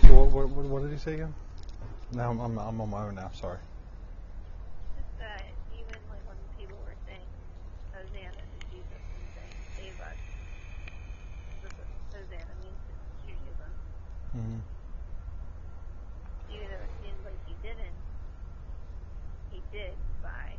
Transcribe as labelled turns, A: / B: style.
A: what, what, what did he say again? No, I'm, I'm, I'm on my own now. Sorry.
B: Just that even like when people were saying Hosanna to Jesus and saying save us, this is, Hosanna means it's Judaism.
A: Mm-hmm.
B: Even though it seems like he didn't, he did by